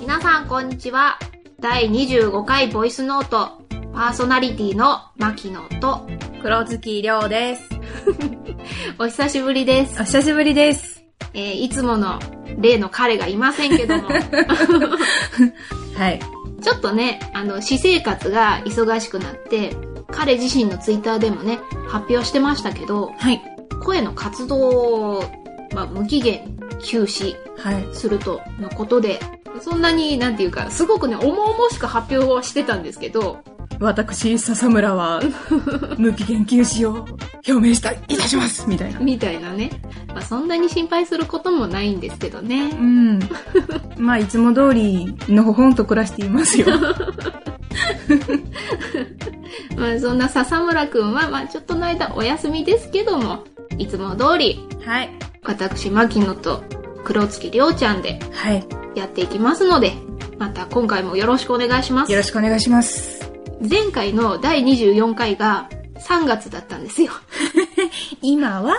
皆さんこんにちは。第25回ボイスノート、パーソナリティの牧野と、黒月亮です。お久しぶりです。お久しぶりです。えーいつもの例の彼がいませんけども、はい。ちょっとね、あの、私生活が忙しくなって、彼自身のツイッターでもね、発表してましたけど、はい。声の活動を、まあ、無期限休止はい。するとのことで、そんなに、なんていうか、すごくね、重々しく発表をしてたんですけど、私、笹村 は、無期限休止を表明した、いたしますみたいな。みたいなね。まあ、そんなに心配することもないんですけどねう。ん。 まあ、いつも通り、のほほんと暮らしていますよ。まあ、そんな笹村くんは、まあ、ちょっとの間お休みですけども、いつも通り、 はい。私、牧野と黒月亮ちゃんではい。やっていきますので、また今回もよろしくお願いしますよ。ろしくお願いします。前回の第24回が3月だったんですよ。今は、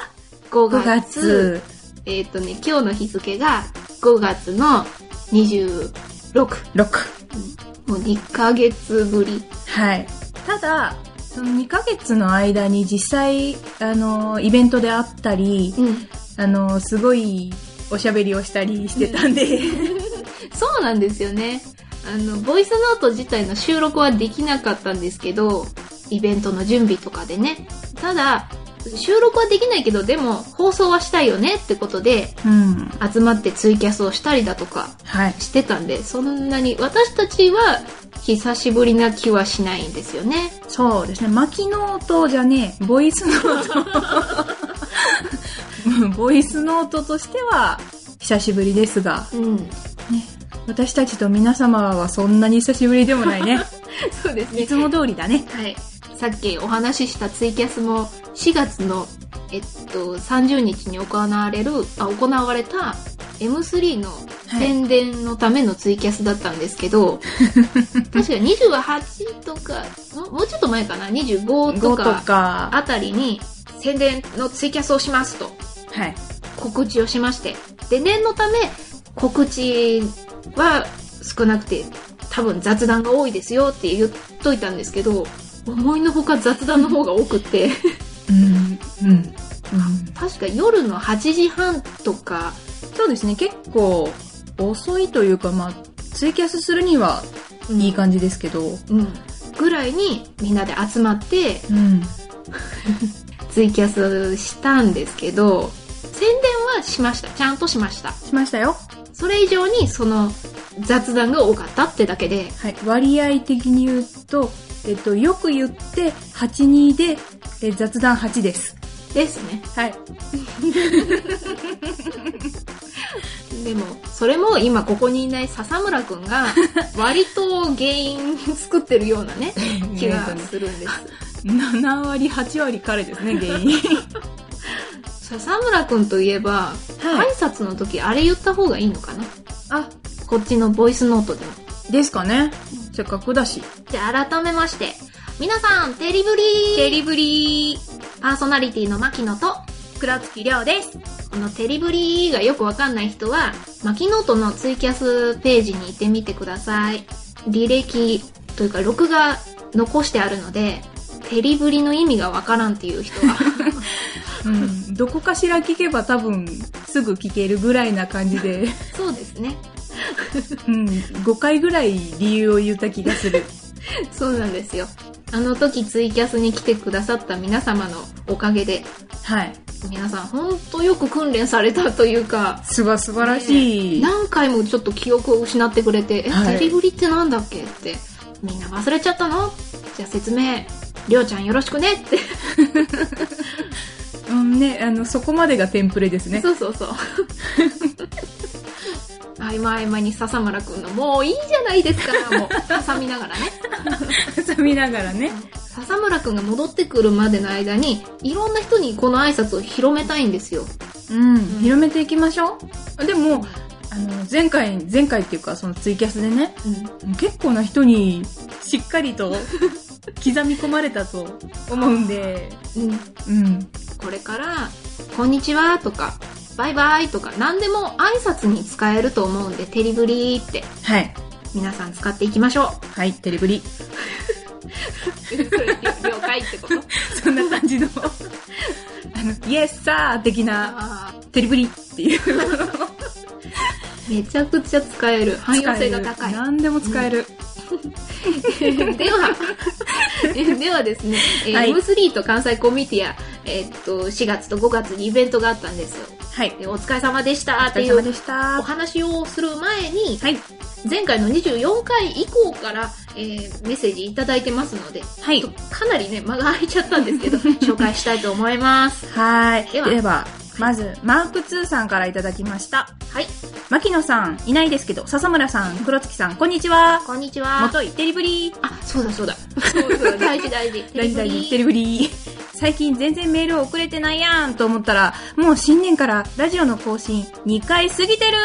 5 5月。月えっ、とね、今日の日付が5月の26。 6。もう2ヶ月ぶり。はい。ただ、その2ヶ月の間に実際、あの、イベントであったり、うん。あの、すごい、おしゃべりをしたりしてたんで、 そうなんですよね。あの、ボイスノート自体の収録はできなかったんですけど、イベントの準備とかでね。ただ、収録はできないけど、でも放送はしたいよねってことで、うん。集まってツイキャスをしたりだとかはい。してたんで、そんなに私たちは久しぶりな気はしないんですよね。そうですね。巻きノートじゃねえ、ボイスノート。 ボイスノートとしては、久しぶりですが、うん。私たちと皆様はそんなに久しぶりでもないね。そうですいつも通りだね。はい。さっきお話ししたツイキャスも4月の、えっと、30日に行われる、あ、行われた M3 の宣伝のためのツイキャスだったんですけ ど、確か28とか、ももうちょっと前かな、25 5ととかか、あたりに宣伝のツイキャスをしますとはい。告知をしまして、で、念のため告知は少なくて多分雑談が多いですよって言っといたんですけど、思いのほか雑談の方が多くて、うん、うん。 確か夜の8時半とか、そうですね。結構、遅いというか、まあ、ツイキャスするにはうんいい感じですけど、うん、ぐらいにみんなで集まってうん。ツイキャスしたんですけど、宣伝はしました。ちゃんとしました。しましたよ。それ以上にその雑談が多かったってだけで、はい、割合的に言うと、えっと、よく言って82で、え雑談8です。ですね。 はい。でも、それも今ここにいない笹村くん が、割と原因作ってるような ね、気がするんです。 7割、8割彼です ね、原因。笹村くんといえば、はい挨。拶の時あれ言った方がいいのかなあ、こっちのボイスノートでも。ですかね。せっかくだし。じゃあ改めまして、皆さん、テリブリーテリブリーパーソナリティの牧野と、倉月亮です。このテリブリーがよくわかんない人は、マキノートのツイキャスページに行ってみてください。履歴というか、録画残してあるので、テリブリの意味がわからんっていう人は、 うん。どこかしら聞けば多分、すぐ聞けるぐらいな感じ で、 そうですね。うん。5回ぐらい理由を言った気がする。 そうなんですよ。あの時ツイキャスに来てくださった皆様のおかげで、 はい。皆さんほんとよく訓練されたというか、すば素晴らしい。何回もちょっと記憶を失ってくれて、え、はいテリブリってなんだっけって、みんな忘れちゃったのじゃあ説明、りょうちゃんよろしくねって。うんね、あの、そこまでがテンプレですね。そうそうそう。 合間合間に笹村くんの、もういいじゃないですか、もう、挟みながらね。挟みながらね。笹村くんが戻ってくるまでの間に、いろんな人にこの挨拶を広めたいんですよ。うん、ん広めていきましょう。でも、あの、前回、前回っていうか、そのツイキャスでね、結構な人にしっかり と刻み込まれたと思うんで、うん。うん。これから、こんにちはとか、バイバイとか何でも挨拶に使えると思うんで、テリブリーってはい。皆さん使っていきましょはい、テレブリ。 う。了解ってこと そんな感 じの、あの、イエスサー的な、 あテレブリっていう。ーめちゃくちゃ使える。汎用性が高い。何でも使える。 では、えではですね、えーはい M3 と関西コミュニティア、えーっと、4月と5月にイベントがあったんですよ。はい。でお疲れ様でしたおっ疲てれいう様でした。おは話をする前に、い。前回の24回以降から、えーメッセージいただいてますので、はちょっとかなりね、間が空いちゃったん ですけど、紹介したいと思います。はい。ではでは、まず、マーク2さんからいただきました。はい、牧野さん、いないですけど、笹村さん、黒月さん、こんにちは。こんにちもは。とい、テリブリー。あ、そうだそうだ。そうそう大事 大事。大事大事、テリブリー。最近全然メール送れてないやんと思ったら、もう新年からラジオの更新2回過ぎてる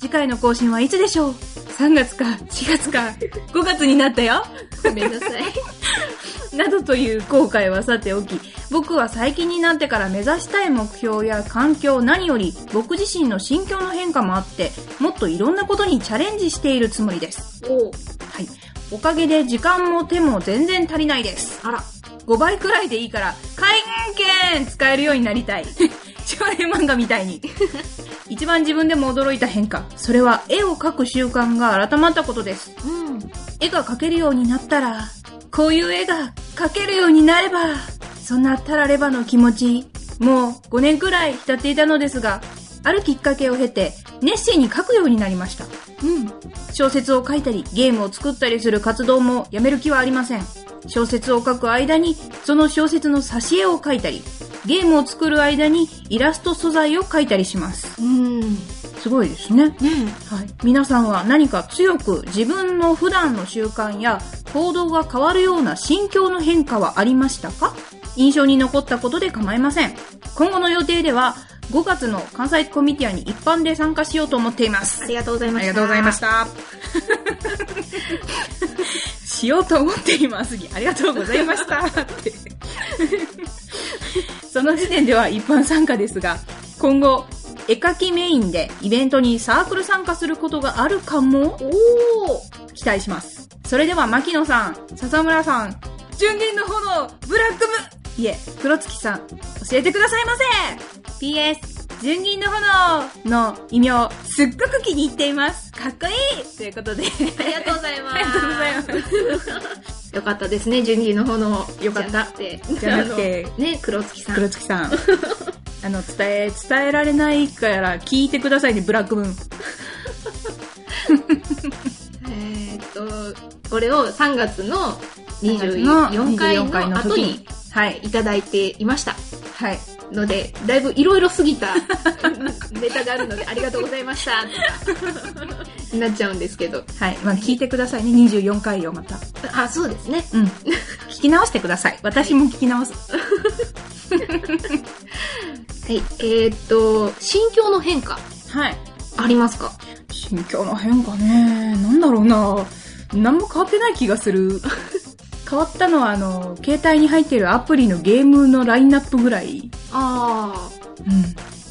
次回の更新はいつでしょう ?3 月か4月 か5月になったよごめんなさい。などという後悔はさておき、僕は最近になってから目指したい目標や環境何より僕自身の心境の変化もあって、もっといろんなことにチャレンジしているつもりです。 おうはい。おかげで時間も手も全然足りないです。あら、 5倍くらいでいいから、会見券使えるようになりたい。 少年漫画みたいに。一番自分でも驚いた変化。それは絵を描く習慣が改まったことです。うん。絵が描けるようになったら、こういう絵が描けるようになれば、そんなたらればの気持ち、もう5年くらい浸っていたのですが、あるきっかけを経て、熱心に描くようになりました。うん。小説を書いたり、ゲームを作ったりする活動もやめる気はありません。小説を書く間に、その小説の挿絵を書いたり、ゲームを作る間にイラスト素材を書いたりします。うん。すごいですね。ねはい、皆さんは何か強く自分の普段の習慣や行動が変わるような心境の変化はありましたか印象に残ったことで構いません今後の予定では5月の関西コミティアに一般で参加しようと思っていまあすりがとうございました。した しようと思っていますありがとうございましたってその時点では一般参加ですが、今後、絵描きメインでイベントにサークル参加することがあるかもおお期待します。それでは牧野さん、笹村さん、純銀の炎、ブラックム、いえ、黒月さん、教えてくださいませ !PS、純銀の炎の異名、すっごく気に入っています。かっこいいということで、ありがとうございます。ありがとうございます。す。よかったですね、順義の炎。よかったじゃなくて、じゃなくてあのね、黒月さん。黒月さ ん。あの、伝え、伝えられないから聞いてくださいね、ブラックムーン。えーっと、これを3月の24 24回回のの後時ににはい。いただいていました。はい。ので、だいぶいろいろ過ぎた うんネタがあるので、ありがとうございましたとか、なっちゃうんですけど。はい。まあ、聞いてくださいね。24回よ、また。あ、そうですね。 うん。聞き直してください。私も聞き直す。はい。えーっと、心境の変化、はい。ありますか心境の変化ね。なんだろうな。何も変わってない気がする。 変わったのは、あの、携帯に入ってるアプリのゲームのラインナップぐらい。あうん。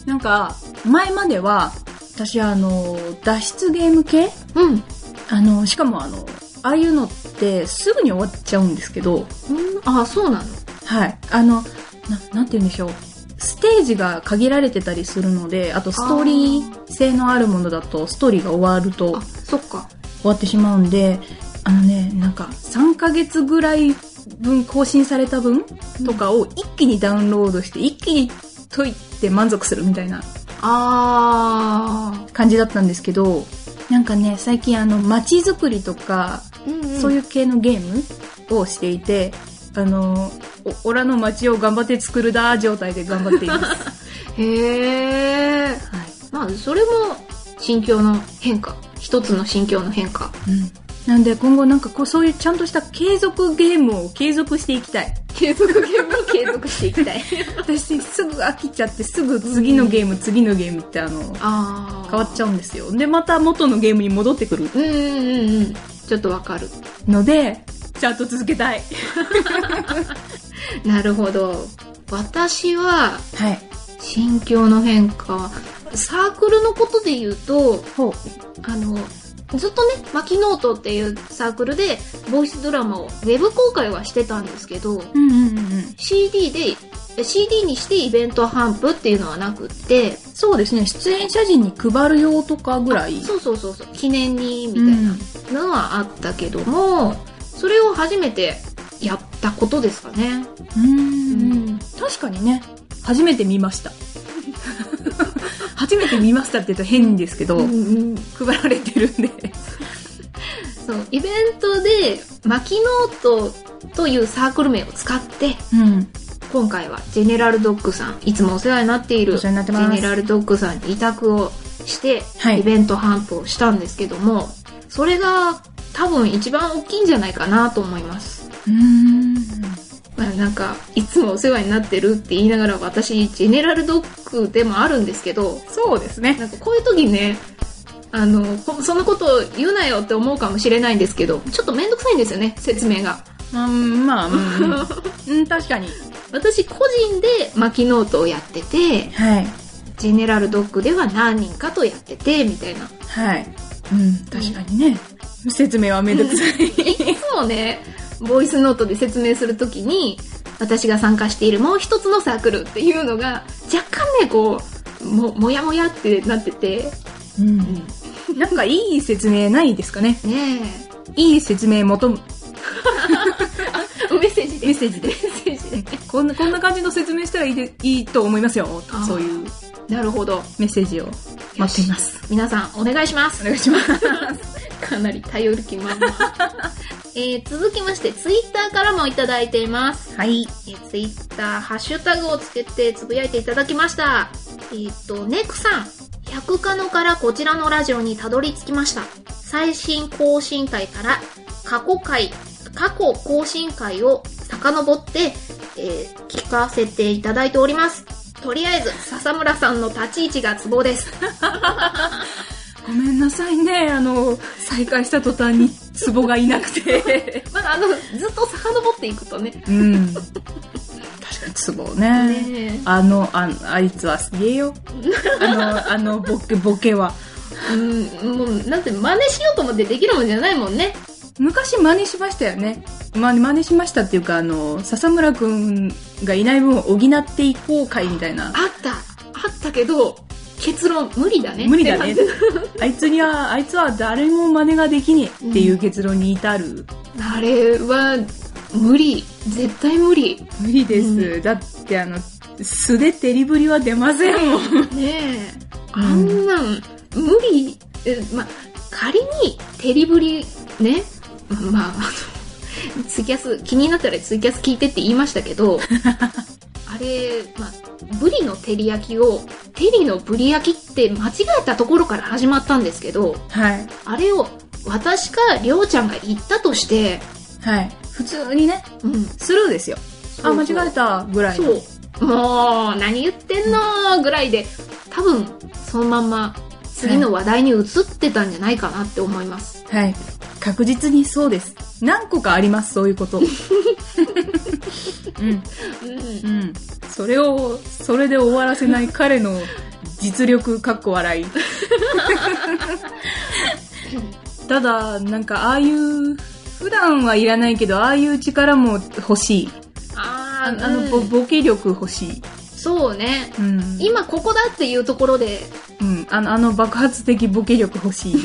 なんか、前までは、私、あの、脱出ゲーム系あ。うん。あの、しかもあの、ああいうのってすぐに終わっちゃうんですけど、うん、あ、そうなのはい。あの、な、なんて言うんでしょう。ステージが限られてたりするので、あとストーリー性のあるものだと、ストーリーが終わるとあ、そっか。終わってしまうんで、あのね、なんか3ヶ月ぐらい分更新された分とかを一気にダウンロードして、一気に解いて満足するみたいなあ感じだったんですけど、なんかね、最近あの、街づくりとあ。か、うん、うん。そういう系のゲームをしていて、あの、おオラの街を頑張って作るだ状態で頑張っています。 へえ。はい。まあ、それも、心境の変化。一つの心境の変化。うん。なんで今後なんかこうそういうちゃんとした継続ゲームを継続していきたい。継続ゲームを継続していきたい。私すぐ飽きちゃってすぐ次のゲーム、次のゲームってあの、 ああ。変わっちゃうんですよ。で、また元のゲームに戻ってくるうんうんうんうん。ちょっとわかる。ので、ちゃんと続けたい。なるほど。私は、はい。心境の変化はサークルのことで言うとほう。あのずっとね、マキノートっていうサークルで、ボイスドラマをウェブ公開はしてたんですけど、うんうんうんうん。 CD で、CD にしてイベント頒布っていうのはなくって、そうですね、出演者陣に配る用とかぐらい。そうそうそうそう、記念に、みたういんなのはあったけども、それを初めてやったことですかね。うんうん。確かにね、初めて見ました。 初めて見ましたって言うと変ですけど、うんうん配られてるんで。そう、イベントで、マキノートというサークル名を使って、うん。今回はジェネラルドッグさん、いつもお世話になっているお世話になってジェまネラす。ルドッグさんに委託をして、はいイベント頒布をしたんですけども、それが多分一番大きいんじゃないかなと思います。うん。まあ、なんか、いつもお世話になってるって言いながら私、ジェネラルドッグでもあるんですけど、そうですね。なんかこういう時ね、あの、こそんなこと言うなよって思うかもしれないんですけど、ちょっとめんどくさいんですよね、説明が。うん、まあ、 うん、うん、確かに。私個人で巻きノートをやってて、はい。ジェネラルドッグでは何人かとやってて、みたいな。はい。うん、確かにね。説明はめんどくさいい。つもね、ボイスノートで説明するときに、私が参加しているもう一つのサークルっていうのが、若干ね、こう、も、もやもやってなってて、うん。なんかいい説明ないですかね。ねいい説明求む。え、メッセージで、メッセージでメ。ッセージで。こんな、こんな感じの説明したらいいでいいと思いますよあー。そういうなるほど。メッセージを待っています。皆さん、お願いしますお。願いします。 かなり頼る気満々。 えー、続きまして、ツイッターからもいただいています。はい。えー、ツイッター、ハッシュタグをつけてつぶやいていただきました。えーっ、と、ネクさん、百科のからこちらのラジオにたどり着きました。最新更新回から過去回、過去更新回を遡って、えー聞かせていただいております。とりあえず、笹村さんの立ち位置がツボです。 ごめんなさいね。あの、再開した途端にツボがいなくて。まだあの、ずっと遡っていくとね。うん。確かにツボね。ねえあの、ああいつはすげえよ。あの、あのボケ、ボケは。うん、もう、なんて真似しようと思ってできるもんじゃないもんね。昔真似しましたよね。ま、真似しましたっていうか、あの、笹村くんがいない分を補っていこう会みたいな。あった、あったけど、結論無理だね。無理だねってなっ。あいつには、あいつは誰も真似ができねえっていう結論に至る。てあれは、無理。絶対無理。無理です。うだって、あの、素で照りぶりは出ませんもん。ねえ。あんなん、無理。えま、仮に、照りぶり、ね。まあ、 あの、ツイキャス、気になったらツイキャス聞いてって言いましたけ ど、あれ、まあ、ブリの照り焼きを、照りのブリ焼きって間違えたところから始まったんですけど、はい。あれを私かりょうちゃんが言ったとして、はい。普通にね、うん、スルーですよ。あ、間違えたたぐらいの。そうもう何言ってんのぐらいで多分そのまんま次の話題に移ってたんじゃないかなって思います、はい。確実にそうです。何個かあります、そういう こと。うん。うんうん。それを、それで終わらせない彼の実力、かっこ笑い。 ただ、なんか、ああいう、普段はいらないけど、ああいう力も欲しい。ああーあの、うんぼボケ力欲しい。そうねうん。今ここだっていうところでうん。あの、あの爆発的ボケ力 欲しい。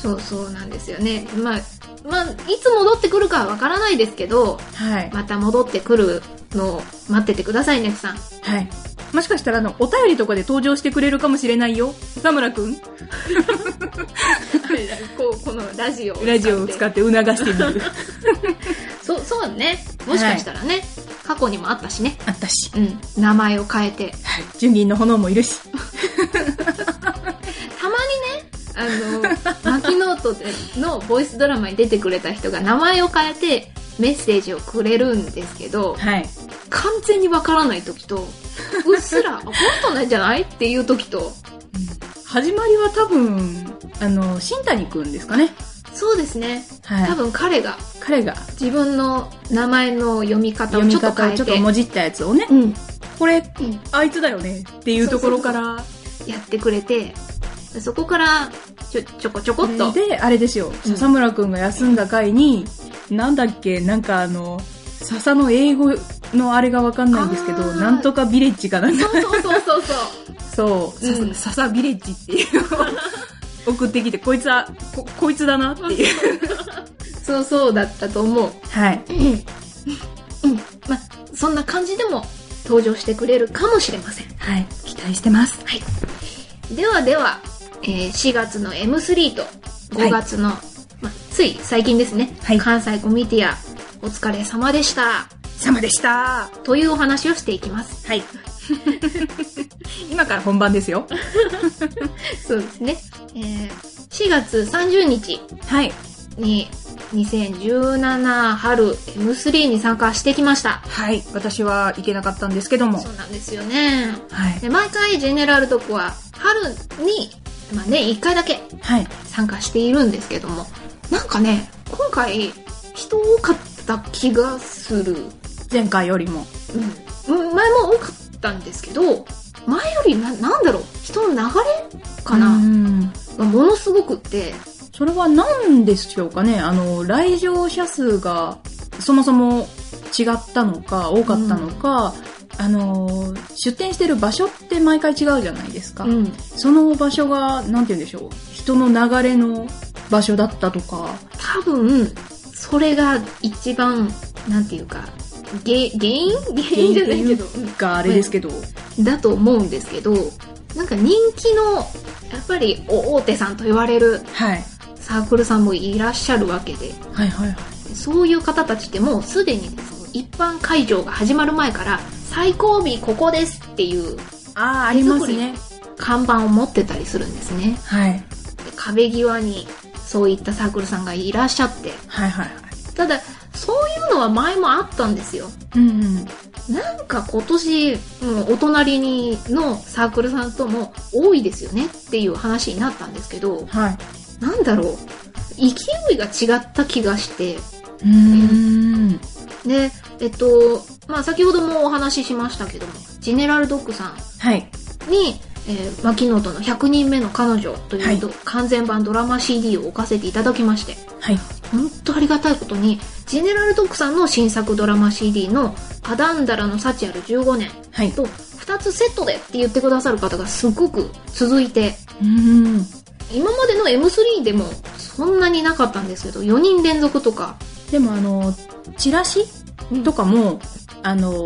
そうそうなんですよねまあまあいつ戻ってくるかはわからないですけどはい。また戻ってくるのを待っててくださいねふさんはい。もしかしたら、あの、お便りとかで登場してくれるかもしれないよ。田村くん、 こうこのラジオをラジオを使って促してみ る。そうそうねもしかしたらね、過去にもあったしねあったし。うん名前を変えてはい。 純銀の炎もいるし。たまにねあのマキノートでのボイスドラマに出てくれた人が名前を変えてメッセージをくれるんですけどはい。完全にわからない時とうっすら「あこの人なんじゃない?」っていう時と始まりは多分、あの、新谷くんですかね。そうですねは多分彼が彼が自分の名前の読み方を読ちみょっと方変をえちょってともじったやつをね、うん、これうんあいつだよねっていうところからやってくれてそこからちょちょこちょこっとであれですようん笹村くんが休んだ回に、なんだっけなんかあの笹の英語のあれがわかんないんですけどあーなんとかビレッジかなんかそうそうそうそうそうそう、さうんさ笹ビレッジっていうのを送ってきてこいつはここいつだなっていうそうそうだったと思うはいうんまあそんな感じでも登場してくれるかもしれませんはい期待してますではでは、えー4月の M3 と5月の、まあ、つい最近ですね、はい関西コミティアお疲れ様でした様でしたというお話をしていきますはい 今から本番ですよそうですね、えー4月30日はいに2017春 M3 に参加してきましたはい私は行けなかったんですけどもそうなんですよねはいで毎回ジェネラルトコは春に、まあ、年1回だけはい参加しているんですけどもなんかね今回人多かった気がする、前回よりもうん、前も多かったんですけど前よりななんだろう人の流れかな、うんがものすごくってそれは何でしょうかねあの、来場者数がそもそも違ったのか、多かったのか、あの、出店してる場所って毎回違うじゃないですか。うんその場所が、なんて言うんでしょう、人の流れの場所だったとか、多分それが一番なんていうかげ原因原因じゃないけどがあれですけど、うんだと思うんですけどなんか人気のやっぱりお大手さんと言われるはい。サークルさんもいらっしゃるわけではいはいはい。そういう方たちってもうすでにその一般会場が始まる前から最後尾ここですっていうああ、あ手りま作すりね。看板を持ってたりするんですねはい。で壁際にそういったサークルさんがいらっしゃってはいはいはい。ただそういうのは前もあったんですようんうん。なんか今年、うん、お隣にのサークルさんとも多いですよねっていう話になったんですけどはい。なんだろう勢いが違った気がしてうーん。で、えっと、まあ、先ほどもお話ししましたけども、ジェネラルドッグさはい。んに、えー、マキノートの100人目の彼女というと、は完全版ドラマ CD を置かせていただきまして、はい。本当ありがたいことに、ジェネラルドッグさんの新作ドラマ CD の、アダンダラの幸ある15年はい。と、2つセットでって言ってくださる方がすごく続いて、うーん。今までの M3 でもそんなになかったんですけど、4人連続とか、でもあの、チラシとかも、あの、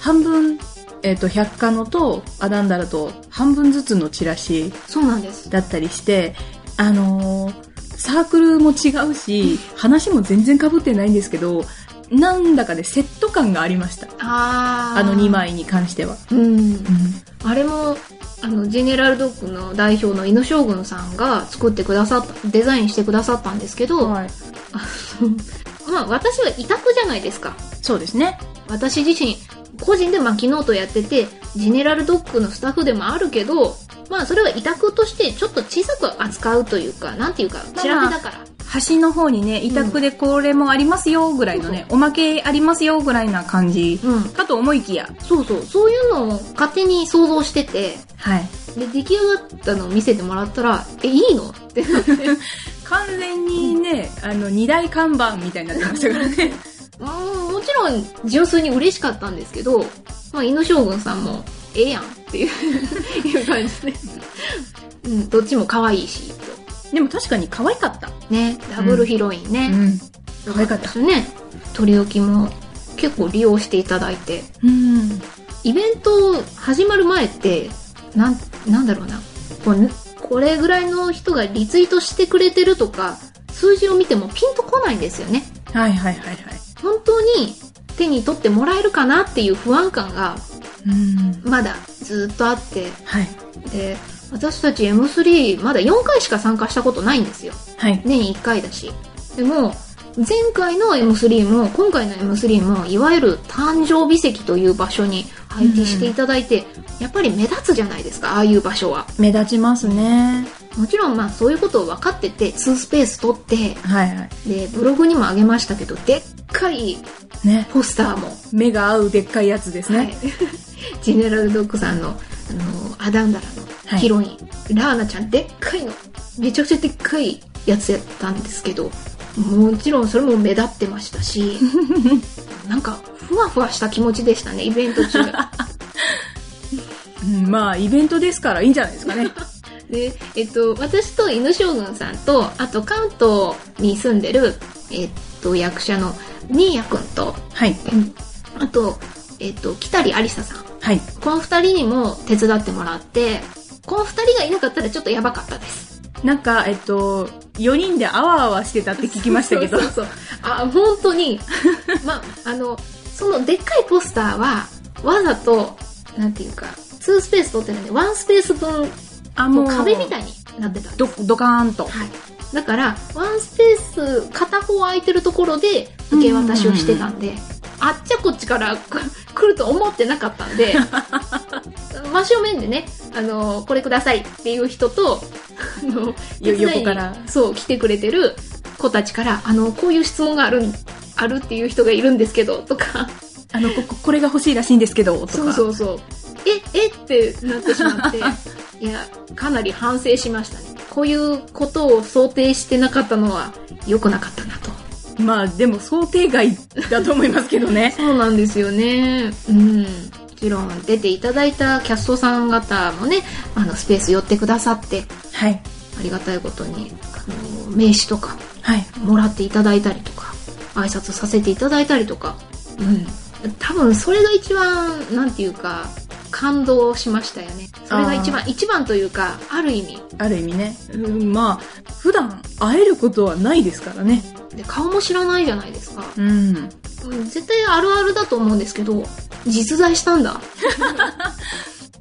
半分、えっ、と、百科のと、アダンダラと、半分ずつのチラシそうなんです。だったりして、あの、サークルも違うし、話も全然被ってないんですけど、なんだかね、セット感がありました。あーあの2。枚に関しては。うんう。んあれもあのジェネラルドッグの代表の犬将軍さんが作ってくださったデザインしてくださったんですけど、はい。まあ私は委託じゃないですかそうですね。私自身個人でマキノートやっててジェネラルドッグのスタッフでもあるけどまあそれは委託としてちょっと小さく扱うというかなんていうかまあチラ見だから、端の方にね、委託でこれもありますよ、ぐらいのね、おまけありますよ、ぐらいな感じ。うんかと思いきや。そうそうそういうのを勝手に想像しててはい。で出来上がったのを見せてもらったらえいいのってなって完全にね、あの、二大看板みたいになってましたから ね。うんもちろん純粋に嬉しかったんですけど、まあ、犬将軍さんもええやんっていういう感じで、うん、どっちも可愛いしとでも確かに可愛かった。ねダブルヒロインね、ん。良可愛かっでた。すね取り置きも結構利用していただいてうん。イベント始まる前ってなんなんだろうなこれこれぐらいの人がリツイートしてくれてるとか数字を見てもピンとこないんですよねはいはいはいはい。本当に手に取ってもらえるかなっていう不安感がうん。まだずっとあってはい。で私たち M3 まだ4回しか参加したことないんですよはい。年1回だしでも前回の M3 も今回の M3 もいわゆる誕生日席という場所に配置していただいて、やっぱり目立つじゃないですかああいう場所は目立ちますね。もちろんまあそういうことを分かってて2スペース取ってはいはい。でブログにも上げましたけどでっかいね。ポスターも、目が合うでっかいやつですはね。い、ジェネラルドッグさんのあのアダンダラはのヒロイン、ラーナちゃんでっかいのめちゃくちゃでっかいやつやったんですけどもちろんそれも目立ってました しなんかふわふわした気持ちでしたねイベント 中うんまあ、イベントですからいいんじゃないですかね。で、えっと、私と犬将軍さんとあと関東に住んでる、えっと、役者の新谷くんと はい。あと、えっと、北里ありささんはい。この二人にも手伝ってもらって、この二人がいなかったらちょっとやばかったです。なんか、えっと、4人であわあわしてたって聞きましたけど。そうそうそうあ、本当 に。ま、あの、そのでっかいポスターは、わざと、なんていうか、2スペース取ってるんで、1スペース分、あ、もう壁みたい。いになってたんです。ど、ドカーンと。はい。だから、1スペース、片方空いてるところで、受け渡しをしてたんで、あっちゃこっちから く来ると思ってなかったんで、 真正面でね、あの、これくださいっていう人と、あの、手伝いに横からそう、来てくれてる子たちから、あの、こういう質問がある、あるっていう人がいるんですけど、とか、あの、こ、ここれが欲しいらしいんですけど、とか。そうそうそう。え、えってなってしま って、いや、かなり反省しましたね。こういうことを想定してなかったのは良くなかったなと。。まあ、でも想定外だと思いますけどね そうなんですよね。うん。もちろん出ていただいたキャストさん方もね、あの、スペース寄ってくださって、はい。ありがたいことに、あの、名刺とかはい。もらっていただいたりとか、挨拶させていただいたりとか、うん。多分それが一番、なんていうか、感動しましたよね。それが一番、一番というか、ある意味。ある意味ね。うん、まあ、普段会えることはないですからね。で、顔も知らないじゃないですか。うん。うん絶対あるあるだと思うんですけど、実在したん だ。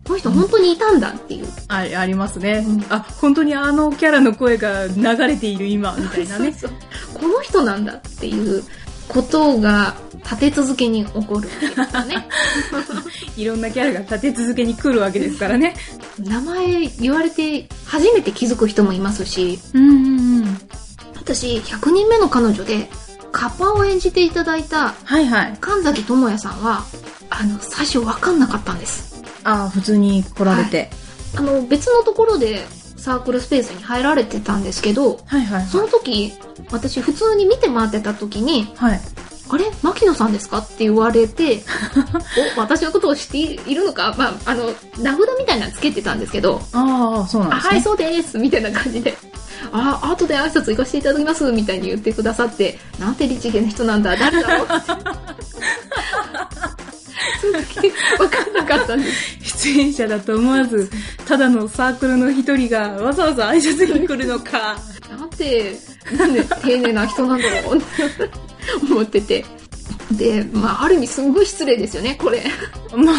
この人本当にいたんだっていう。あありますね、うんあ、本当にあのキャラの声が流れている今、みたいなね。 そうそうこの人なんだっていうことが立て続けに起こるわけですよ ね。いろんなキャラが立て続けに来るわけですか らね。名前言われて初めて気づく人もいますし、うんうんうん。私、100人目の彼女で、カッパを演じていただいたはいはい。神崎智也さんは、あの、最初分かんなかったんです。あ普通に来られて。あの、別のところでサークルスペースに入られてたんですけど、はいはいそはの時、私普通に見て回ってた時に、い。はい。あれ牧野さんですかって言われて、お、私のことを知っているのか、まあ、あの、名札みたいなのつけてたんですけど、ああ、そうあ、なんですはい、ね。そうですみたいな感じで。あ、後で挨拶行かせていただきますみたいに言ってくださって、なんて律儀な人なんだ、誰だろう って。その時、分かんなかったんです。出演者だと思わず、ただのサークルの一人がわざわざ挨拶に来るのか。 なんて、なんで丁寧な人なんだろうって思ってて。で、まあ、ある意味すんごい失礼ですよね、これ。ま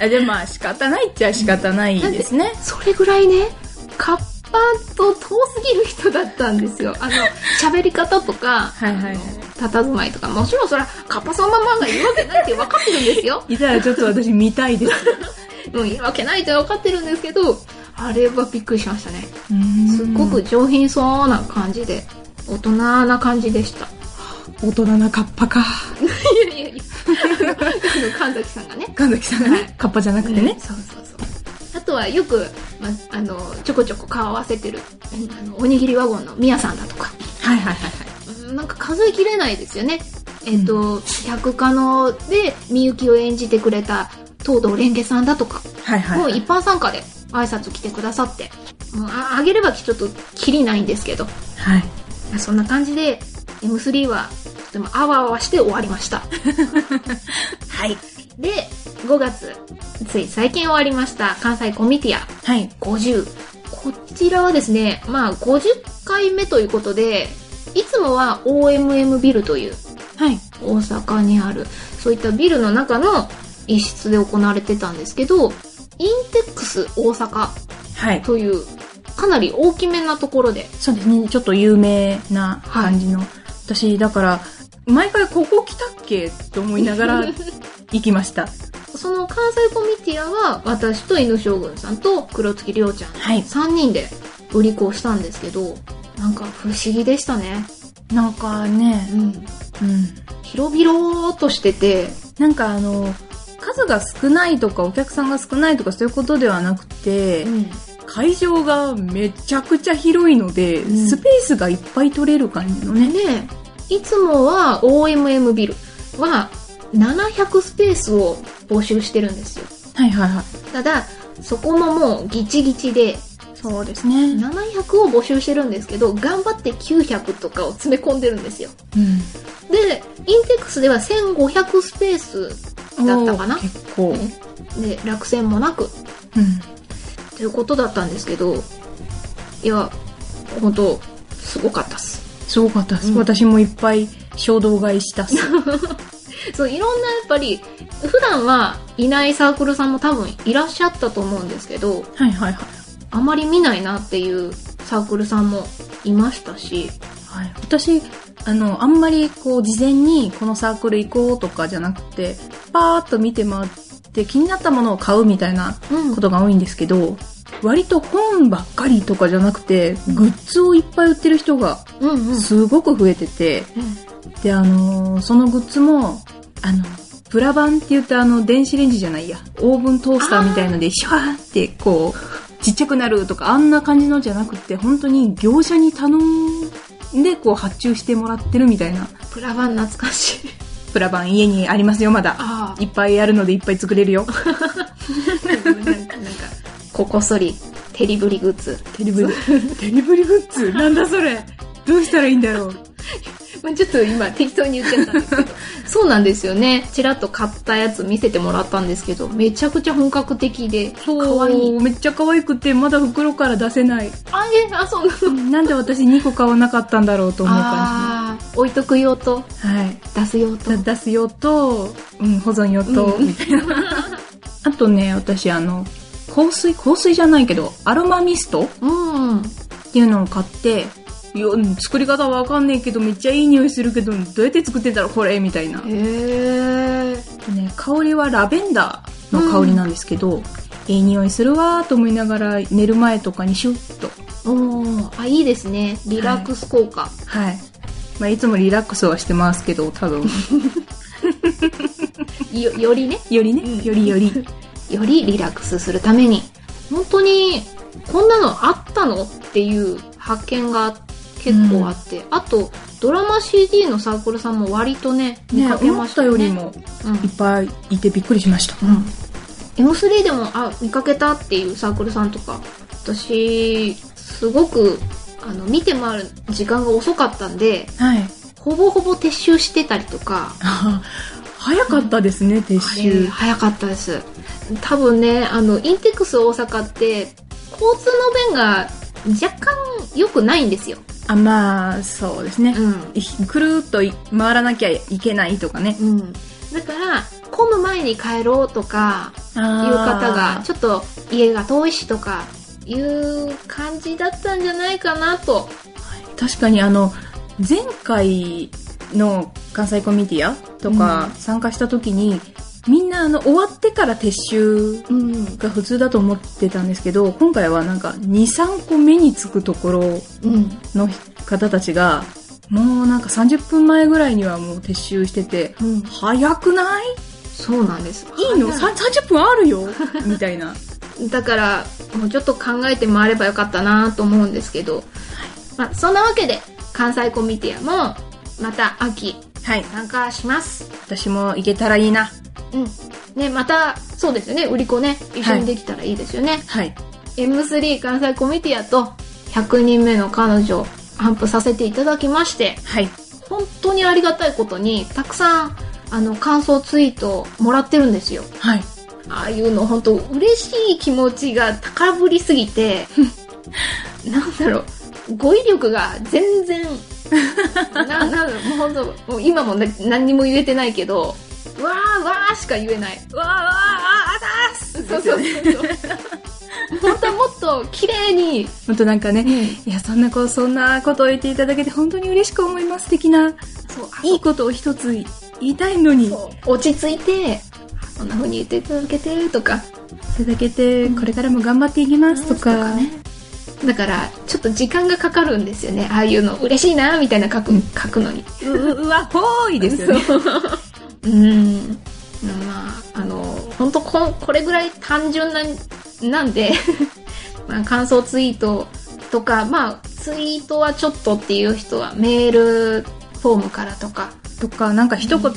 あ、でもまあ仕方ないっちゃ仕方ないですね。それぐらいね、カッパと遠すぎる人だったんですよ。 あの、喋り方とか、はいはいはあいの佇まいとか、もちろんそれはカッパそのままがいるわけないって分かってるんです よ。いたらちょっと私見たいです。うん、いるわけないって分かってるんですけど、あれはびっくりしましたね。うんすっごく上品そうな感じで、大人な感じでした。大人なカッパか。いやいやいや、あの、神崎さんがね。神崎さんがね、カッパじゃなくてね。そうそうそうあとはよく、ま、あのちょこちょこ顔合わせてるうんあのおにぎりワゴンのみやさんだとかはいはいはいはい。うんなんか数えきれないですよねえっ、と、百科のでみゆきを演じてくれた東堂蓮華さんだとかはいはい。もう一般参加で挨拶来てくださってもうああげればちょっときりないんですけどはい。そんな感じで M3 はとてもあわあわして終わりま したはい。で5月つい最近終わりました関西コミティアはい。 50こちらはですねまあ50回目ということでいつもは OMM ビルというはい。大阪にあるそういったビルの中の一室で行われてたんですけどインテックス大阪はい。というかなり大きめなところでそうですね。ちょっと有名な感じの。私、だから、毎回ここ来たっけと思いながら行きました。その関西コミティアは私と犬将軍さんと黒月亮ちゃんはい。 3人で売り子をしたんですけど、なんか不思議でしたね。なんかね、うん。うん。広々としてて、なんかあの、数が少ないとかお客さんが少ないとかそういうことではなくて、うん。会場がめちゃくちゃ広いので、うんスペースがいっぱい取れる感じのね。ねいつもは OMM ビルは700スペースを募集してるんですよ。はいはいはい。ただ、そこももうギチギチで、そうですね。うん。 700を募集してるんですけど、頑張って900とかを詰め込んでるんですよ。で、インテックスでは1500スペースだったかなおー結構。うん。で落選もなくということだったんですけど、いや、本当すごかったっす。すごかったです、うん私もいっぱい衝動買いしたっす。そう、いろんなやっぱり、普段はいないサークルさんも多分いらっしゃったと思うんですけど、はいはいはい。あまり見ないなっていうサークルさんもいましたし、はい、私あのあんまりこう事前にこのサークル行こうとかじゃなくてパーッと見て回って気になったものを買うみたいなうんことが多いんですけど割と本ばっかりとかじゃなくてグッズをいっぱい売ってる人がうんうん。すごく増えてて、であのーそのグッズもあのプラ板って言ってあの電子レンジじゃないやオーブントースターみたいのでシュワーってこうちっちゃくなるとかあんな感じのじゃなくて本当に業者に頼んでこう発注してもらってるみたいなプラバン懐かしい。プラ板家にありますよまだあいっぱ いあるのでいっぱい作れるよあ。 なんか、ここそり、テリブリグッズ。テレブリテレブリグッズなんだそれどうしたらいいんだろう まあちょっと今適当に言っちゃったんですけ ど。そうなんですよね。ちらっと買ったやつ見せてもらったんですけど、めちゃくちゃ本格的で、かわいい。めっちゃ可愛くてまだ袋から出せないあ、え、あ、そうなのなんで私2個買わなかったんだろうと思う感ああ、置いとく用と、じはい出す用とだ。出す用と、うん、保存用と、うんみたいな。あとね、私、あの、香水、香水じゃないけど、アロマミストっうん。ていうのを買って、いや、うん作り方わかんねえけど、めっちゃいい匂いするけど、どうやって作ってんだろう、これ、みたいな。へえ。ね、香りはラベンダーの香りなんですけど、ええ匂いするわーと思いながら、寝る前とかにシュッと。おーあ、いいですね。リラックス効果。はい。まあ、いつもリラックスはしてますけど、多分。よ、 よりね、よりうんね、よりより。よりリラックスするために、本当に、こんなのあったのっていう発見が結構あって、あと、ドラマ CD のサークルさんも割とね、見ね、かけ思まっしたたね。よりも、うん。いっぱいいてびっくりしました。うん。M3 でも、あ、見かけたっていうサークルさんとか、私、すごく、あの、見て回る時間が遅かったんで、はい。ほぼほぼ撤収してたりとか、あ 早かったですね、撤あれ収。早かったです多分ねあのインテックス大阪って交通の便が若干良くないんですよあ、まあ、そうですね。うんくるっとい回らなきゃいけないとかね。うんだから混む前に帰ろうとかいう方がちょっと家が遠いしとかいう感じだったんじゃないかなと確かにあの、前回の関西コミュニティアとかうん参加した時に、みんなあの、終わってから撤収うんが普通だと思ってたんですけど、今回はなんか2、3個目につくところうんの方たちが、もうなんか30分前ぐらいにはもう撤収してて、うん早くないそうなんですいいのさは ?30 分あるよみたいな。いだからもうちょっと考えて回ればよかったなと思うんですけど、まあ、そんなわけで関西コミティアもまた秋はい。参加します。私も行けたらいいな。うん。ね、また、そうですよね、売り子ね、一緒にできたらいいですよね。はい。 M3 関西コミティアと100人目の彼女をアンプさせていただきまして、はい。本当にありがたいことに、たくさん、あの、感想ツイートもらってるんですよ。はい。ああいうの、本当嬉しい気持ちが高ぶりすぎて、 なんだろう、語彙力が全然、 な、なんだろう、もう本当、もう今もな何にも言えてないけど、わーわーしか言えない。わあわああたーすそうそうそうそう。本当はもっと綺麗に、ほんとなんかね、いや、そんなこ、そんなことを言っていただけて本当に嬉しく思います。的な、そう、あいいことを一つ言いたいのに、いそう落ち着いて、そんな風に言っていただけてるとか、ただけて、これからも頑張っていきますとか、ね。だからちょっと時間がかかるんですよねああいうの嬉しいなみたいな書く書くのにうううわほーいですよねそう うんまああの本当ここれぐらい単純ななんで まあ感想ツイートとかまあツイートはちょっとっていう人はメールフォームからとかとかなんか一言、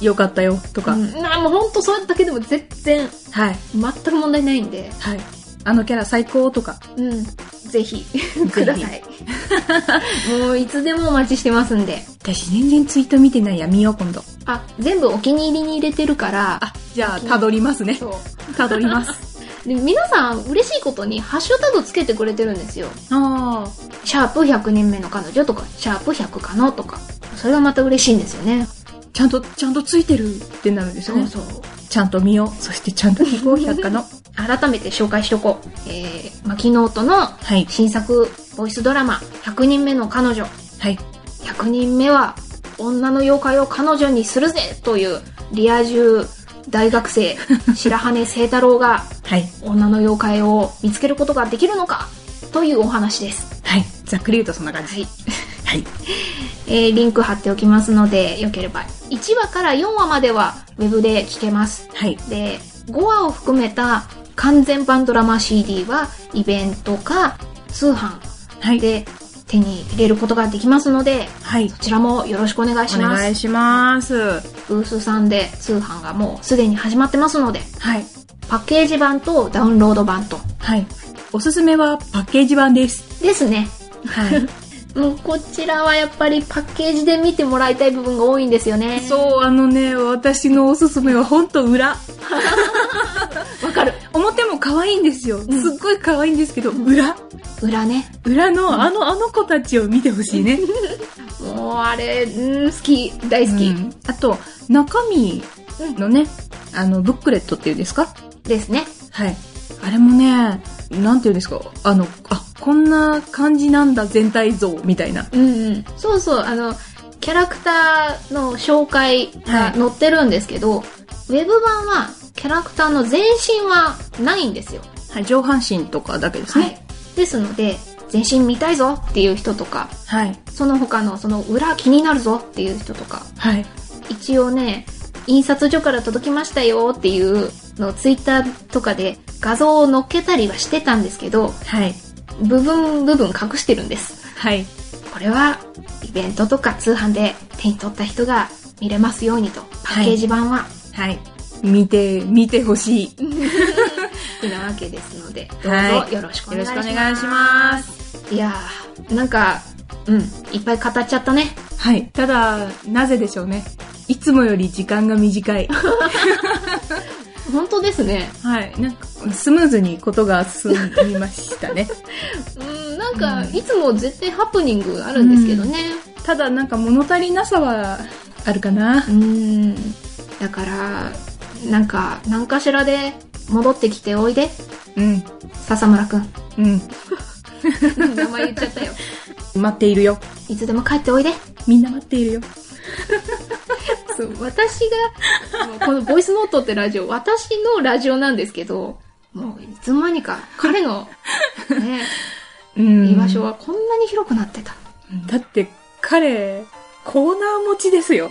よかったよとか、うんなもう本当それだけでも全然はい全く問題ないんで、はいあのキャラ最高とかうん、ぜひ ください もういつでもお待ちしてますんで私全然ツイート見てないや見よう今度あ全部お気に入りに入れてるからあじゃあたどりますねそたどりますうで皆さん嬉しいことにハッシュタグつけてくれてるんですよ ああ「シャープ #100 人目の彼女」とか「シャープ #100 かな」とかそれがまた嬉しいんですよねちゃんとちゃんとついてるってなるんですよねそうちゃんと見ようそしてちゃんと非公百科の改めて紹介しとこうえー、マキノートのはい新作ボイスドラマ「100人目の彼女」はい100人目は女の妖怪を彼女にするぜというリア充大学 生白羽清太郎がはい女の妖怪を見つけることができるのかというお話です。はいざっくり言うとそんな感はじい。はいえーリンク貼っておきますので、よければ1話から4話まではウェブで聞けます。はいで、5話を含めた完全版ドラマ CD はイベントか通販はいで手に入れることができますので、はいそちらもよろしくお願いしおます願。いしますブースさんで通販がもうすでに始まってますので、はいパッケージ版とダウンロード版と。はいおすすめはパッケージ版ですですね。はいもうこちらはやっぱりパッケージで見てもらいたい部分が多いんですよね。そう、あのね、私のおすすめはほんと裏。う。わかる。表も可愛いんですよ。んすっごい可愛いんですけど、裏。裏ね。裏のあの、あの子たちを見てほしいね。もうあれ、うん、好き。大好き。うんあと、中身のね、あの、ブックレットっていうんですかですね。はい。あれもね、なんていうんですかあの、あ、こんな感じなんだ、全体像、みたいな。うんうん。そうそう、あの、キャラクターの紹介が載ってるんですけど、ウェブ版はキャラクターの全身はないんですよ。はい、上半身とかだけですはね。い。ですので、全身見たいぞっていう人とか、はい。その他のその裏気になるぞっていう人とか、はい。一応ね、印刷所から届きましたよっていうのをツイッターとかで画像を載っけたりはしてたんですけど、はい。部分部分隠してるんです。はい。これはイベントとか通販で手に取った人が見れますようにと、パッケージ版は、はい。見て、見てほしい。ってなわけですので、どうはぞよろしくおよ願ろいししまくす。お願いします。いやー、なんか、うん、いっぱい語っちゃったね。はい。ただ、なぜでしょうね。いつもより時間が短 い。本当ですね。はい。なんか、スムーズにことが進みましたね。うん、なんか、いつも絶対ハプニングあるんですけどね。 ただ、なんか物足りなさはあるかな。うん。だから、なんか、何かしらで戻ってきておいで、うん。笹村くん。うん。 名前言っちゃったよ。待っているよ。 いつでも帰っておいで。みんな待っているよ。そう、私が、もうこのボイスノートってラジオ、私のラジオなんですけど、もういつの間にか彼の、ね、うん居場所はこんなに広くなってた。 だって、彼、コーナー持ちですよ。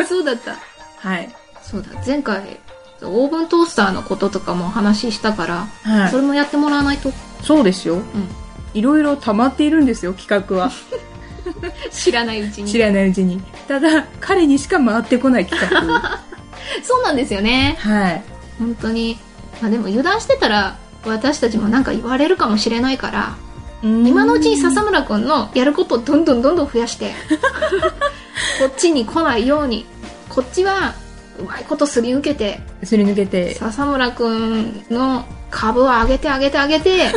あそうだった。はい。そうだ、前回、オーブントースターのこととかもお話ししたから、はそれもやってもらわないと。そうですよ。うん。いろいろ溜まっているんですよ、企画は。知らないうちに。知らないうちに。ただ、彼にしか回ってこない企 画。そうなんですよね。はい。本当に。まあでも油断してたら、私たちもなんか言われるかもしれないから、今今のうちに笹村くんのやることをどんどんどんどん増やして、こっちに来ないように、こっちは、うまいことすり抜けて、すり抜けて笹村くんの株を上げて上げて上げて、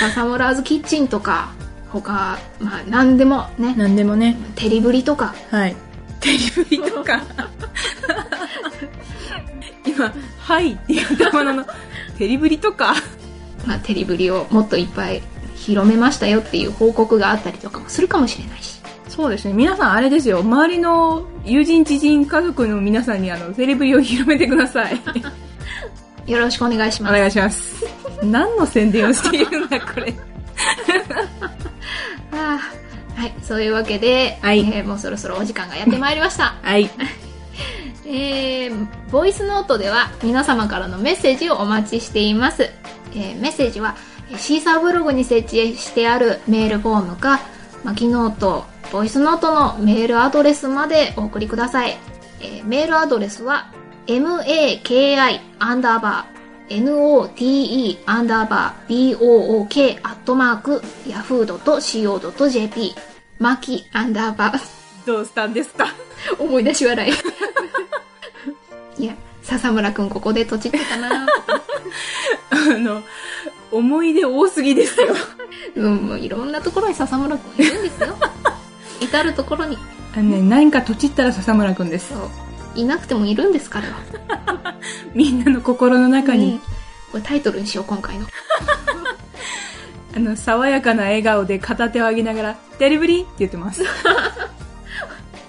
笹村ズキッチンとか、他、まあ何でもね、何でもねテリブリとか、はいテレビとか 今「はい」って言ったもののテリブリとかまあ、テリブリをもっといっぱい広めましたよっていう報告があったりとかもするかもしれないし。そうですね皆さんあれですよ周りの友人知人家族の皆 さんにあのテレブリを広めてくださいよろしくお願いしおます。願いします何の宣伝をしているんだ、これ。はあはい、そういうわけで、はいえーもうそろそろお時間がやってまいりました。はい。えーボイスノートでは皆様からのメッセージをお待ちしています、えーメッセージはえーシーサーブログに設置してあるメールフォームかマキノートボイスノートのメールアドレスまでお送りください、えーメールアドレスは maki アンダーバー note アンダーバー book アットマーク yahoo.co.jp マキアンダーバーどうしたんですか思い出し笑い。いや、笹村くんここで閉じてたなあの、思い出多すぎですよ。うん、もういろんなところに笹村くんいるんですよ。至るところに。あのね、何かとちったら笹村くんですそ。う。いなくてもいるんですから。みんなの心の中うんに、これタイトルにしよう、今回の。あの、爽やかな笑顔で片手を上げながら、デリブリーって言って ます。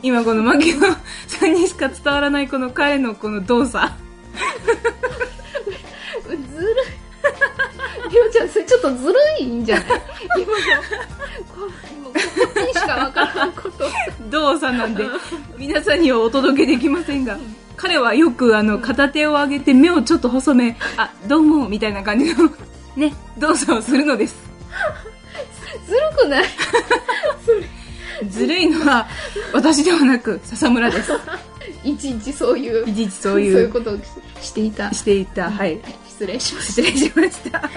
今このマキのさんにしか伝わらないこの彼のこの動作。ずるい。りょうちゃん、それちょっとずるいんじゃない今の、こう、ここにしかわからんこと。動作なんで、皆さんにはお届けできませんが、彼はよくあの、片手を上げて目をちょっと細め、あ、どうも、みたいな感じの、ね、動作をするのです。ずるくないずるいのは、私ではなく、笹村 です。いちいちそういう、いちいちそうそういいうう、ことをしていた。していた、はい。失礼しました。失礼しました。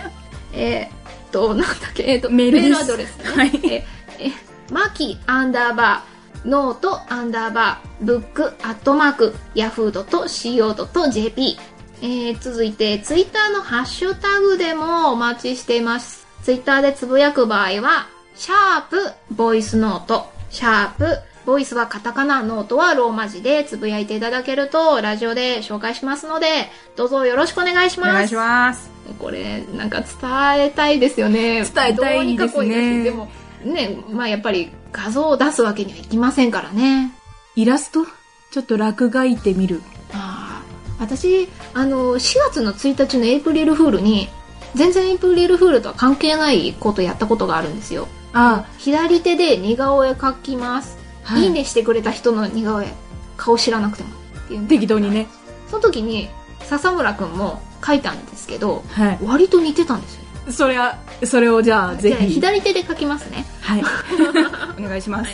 えー、っと、なんだっけ、えーっと、メールですアドレスね。はいえー、え、マキアンダーバー、ノートアンダーバー、ブックアットマーク、ヤフードと CO.jp。えー、続いて、ツイッターのハッシュタグでもお待ちしています。ツイッターでつぶやく場合は、シャープ、ボイスノート、シャープ、ボイスはカタカナ、ノートはローマ字でつぶやいていただけると、ラジオで紹介しますので、どうぞよろしくお願いしおます。願いします。これなんか伝えたいですよね伝えたいですねどうにかこうにかしでもねまあやっぱり画像を出すわけにはいきませんからねイラストちょっと落書いてみる。ああ私あの4月の1日のエイプリルフールに全然エイプリルフールとは関係ないことやったことがあるんですよあ、左手で似顔絵描きます、はいい、いねしてくれた人の似顔絵顔知らなくてもっていう適当にね。その時に笹村くんも描いたんですけどは割と似てたんですよい。それは、それをじゃあ、ぜじゃあひ。左手で描きますねはい。 お願いします。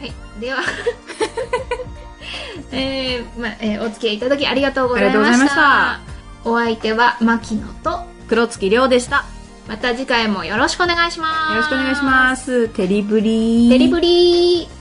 はい、では、 えーまあえーお付き合いいただきありがとうございありがとうごまざいしまた。したお相手は牧野と、黒月亮でした。また次回もよろしくお願いします。よろしくお願いします。テリブリー。デリブリー。